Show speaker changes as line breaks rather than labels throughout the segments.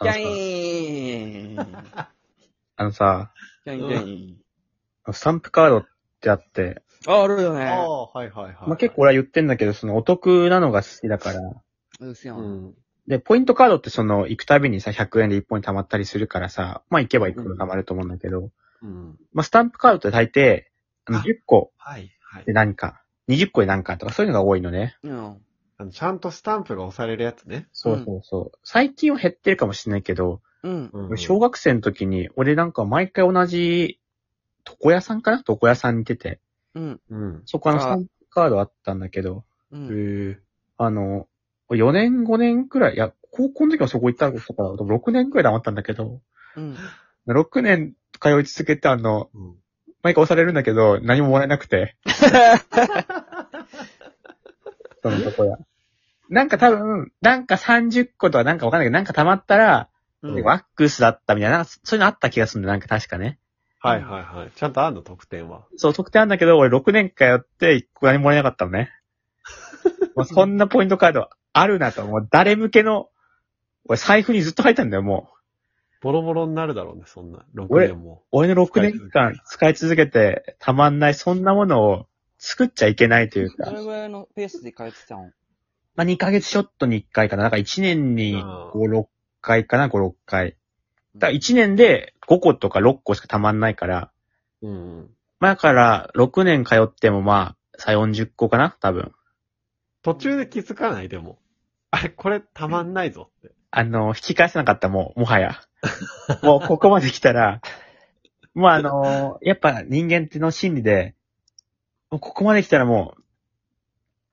キャイーン
あのさ、
キャインキャイン。
スタンプカードってあって、
あ、あるよね。
ああ、はいはいはい。
まあ、結構俺は言ってんだけど、そのお得なのが好きだから、
そうですよ。
うん。
で、ポイントカードってその、行くたびにさ、100円で1本貯まったりするからさ、まあ、行けば行くほど貯まると思うんだけど、
うん。
まあ、スタンプカードって大抵、あの
あ
10個
はいはい
で。何か、20個で何かとか、そういうのが多いのね。
うん。
あのちゃんとスタンプが押されるやつね。
そうそうそう。最近は減ってるかもしれないけど、
うん。
う
俺小学生の時に、俺なんか毎回同じ、床屋さんかな床屋さんに行ってて、
うん。
うん。
そこあの
あ
スタンプカードあったんだけど、
うん。
へえ。
あの、4年5年くらい、いや、高校の時もそこ行ったから、6年くらい黙ったんだけど、
うん。
6年通い続けて、あの、
うん。
毎回押されるんだけど、何ももらえなく て、そのとこや。なんか多分、なんか30個とかなんかわかんないけど、なんか溜まったら、
うん
ワックスだったみたいな、なんかそういうのあった気がするんだよ、なんか確かね。
はいはいはい。ちゃんとあんの、特典は。
そう、特典あるんだけど、俺6年通って1個何もらえなかったのね。もうそんなポイントカードあるなと、もう誰向けの、俺財布にずっと入ったんだよ、もう。
ボロボロになるだろうね、そんな。6
俺
年も。
俺の6年間使い続けてたまんない、そんなものを作っちゃいけないというか
ど、れぐらいのペースで通ってたの
まあ、2ヶ月ちょっとに1回かな、なんか1年に5、6回かな、5、6回。だから1年で5個とか6個しかたまんないから、
うん。
まあだから6年通ってもまあ、さ、40個かな、多分。
途中で気づかない、でも。あれ、これたまんないぞって。
あの、引き返せなかった、もう、もはや。 もうここまで来たら、もうあのやっぱ人間っての心理で、もうここまで来たらも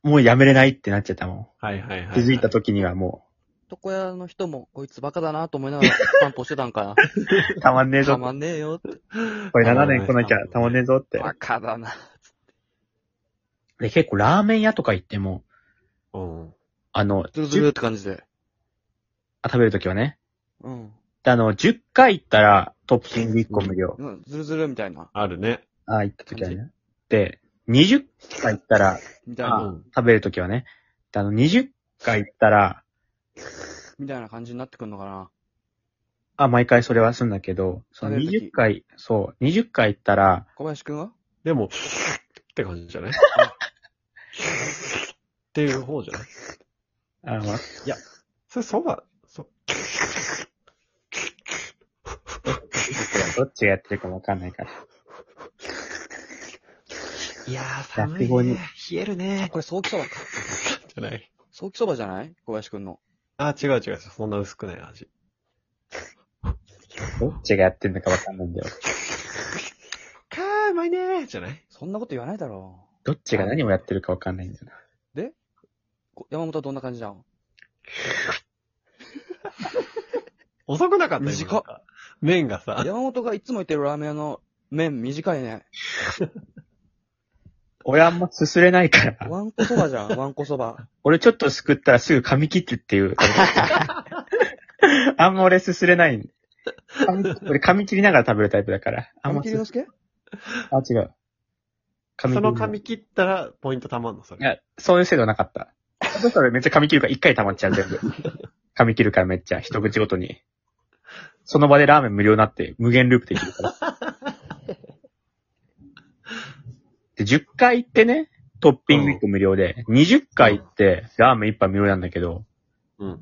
う、もうやめれないってなっちゃったもん。
はいはいはい。
気づいた。時にはも
床屋の人も、こいつバカだなと思い ながら散歩してたんか
う、たまんねえ
な。た
ぞ。
まんねえよって。
これ7年来なきゃたまんねえぞって。
バカだな。
で、結構ラーメン屋とか行っても、
うん。
あの、
ズルズルって感じで。
あ食べるときはね。
うん。
であの、10回行ったらトッピング1個無料。
うんズルズルみたいな。
あるね。
あ、行ったときはね。で、20回行ったら、
みたい
あ
な。
ん。
食べるときはね。であの、20回行ったら、
みたいな感じになってくんのかな。
あ、毎回それはするんだけど、その
食べる時
20回、そう、20回行ったら、
小林くんは
でも、って感じじ ゃないっていう方じゃない
あの、
それそば、そ、
どっちがやってるかわかんないから。
いやー、
寒いね落語に。
冷えるね。
これ、早期そばか。
じゃない。
早期そばじゃない小林くんの。
あ、違う違う、そんな薄くない味。
どっちがやってるのかわかんないんだよ。
かー、うまいねーじゃない
そんなこと言わないだろ
どっちが何をやってるかわかんないんだよな。
こ山本はどんな感じなの
遅くなかった
短っ
今なんか麺がさ、
山本がいつも言ってるラーメン屋の麺短いね。
俺あんますすれないから。
わんこそばじゃ ん、わんこそば。
俺ちょっとすくったらすぐ噛み切ってって いう。あんま俺すすれない。噛み俺噛み切りながら食べるタイプだから。あん
神
ま
木
す
隆之介
あ、違う。噛み切り
その髪切ったらポイントたまんの、そ
い
れ。
や、そういう制度はなかった。そしたらめっちゃ噛み切るから、一回溜まっちゃう、全部。噛み切るからめっちゃ、一口ごとに。その場でラーメン無料になって、無限ループできるから。で、10回行ってね、トッピング1個無料で、20回行って、ラーメン1杯無料なんだけど、
うん。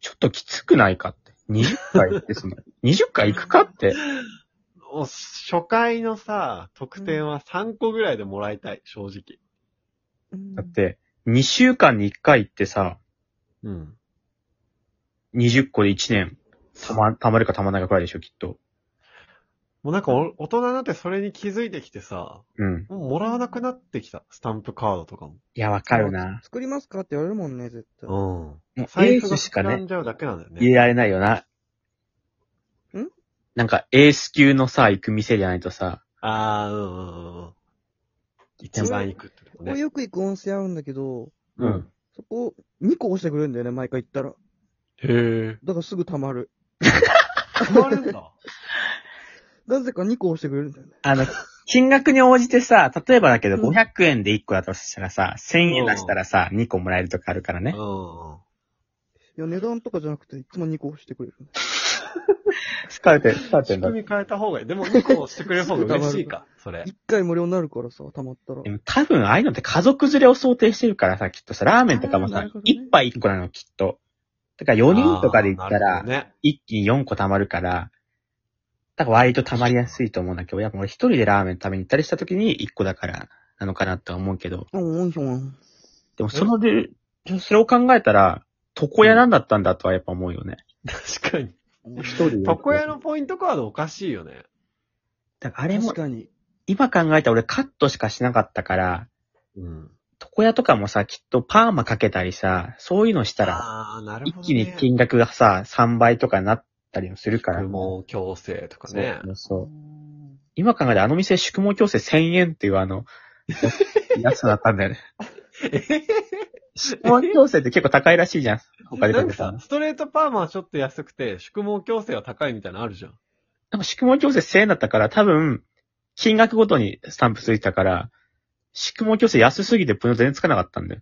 ちょっときつくないかって。20回行って、その、20回 行くかって。
お初回のさ、特典は3個ぐらいでもらいたい、正直。
だって、2週間に1回行ってさ、
うん。
20個で1年、たま、たまるかたまんないかくらいでしょ、きっと。
もうなんかお、大人になってそれに気づいてきてさ、
うん。
もうもらわなくなってきた、スタンプカードとか
いや、わかるな。
作りますかって言われるもんね、絶対。
も。う
も
ん
う。エ
財
ー
布
ス
が
しか
膨らん
ね、
じゃうだけなんだよね。
入れられないよな。
ん
なんか、エース級のさ、行く店じゃないとさ、
あー、うんうんうんうん。一番行くってこと
これ
ね。
よく行く温泉あるんだけど、
う
うんん。
そこ2個押してくれるんだよね、毎回行ったら。
へー。
だからすぐ溜まる。
変わるん だ。
なぜか2個押してくれるんだよね。
あの、 金額に応じてさ、例えばだけど、
うん
500円で1個だとしたらさ、1000円出したらさ、2個もらえるとかあるからね。
うん。
や、値段とかじゃなくて、いつも2個押してくれる。
疲れてる、疲れて
仕
るんだ。
組み変えた方がいい。でも2個してくれる方が嬉しいか、それ。
1回無料になるからさ、溜まったら
で。も多分、ああいうのって家族連れを想定してるからさ、きっとさ、ラーメンとかも
あーな
さ
るほ、どね
一、杯一個なの、きっと。だから4人とかで行った
あーなるほ
ら
ど、ね。
一気に4個溜まるから、だから割と溜まりやすいと思うんだけど、やっぱ俺一人でラーメン食べに行ったりした時に1個だから、なのかなとは思うけど、
うん、うん、ひょん。
でもそので、それを考えたら、床屋なんだったんだとはやっぱ思うよね。
確かに。
一人で
床屋のポイントカードおかしいよね。
だからあれ
確
も、
かに。
今考えたら俺カットしかしなかったから、
うん。
床屋とかもさ、きっとパーマかけたりさ、そういうのしたら、
ああ、なる
一
ほど、ね。
気に金額がさ、3倍とかになったりもするから。
不毛矯正とか
そう
ね。
そうそう。今考えたらあの店宿毛矯正1000円っていうあの、安さだったんだよね。宿毛矯正って結構高いらしいじゃん。他で
な
比
ん
べ
か
たら。
さ
な、
ストレートパーマはちょっと安くて、宿毛矯正は高いみたいなのあるじゃん。
んか宿毛矯正1000円だったから多分、金額ごとにスタンプついてたから、宿毛矯正安すぎてポイント全然つかなかったんだよ。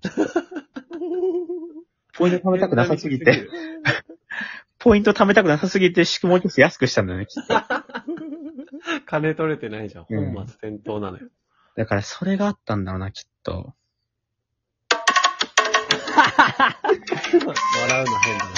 ポイント貯めたくなさすぎて、。ポイント貯めたくなさすぎて宿毛矯正安くしたんだよね、きっと。
金取れてないじゃん。
うん
本末転倒なのよ。
だからそれがあったんだろうな、きっと。
笑うの変だな。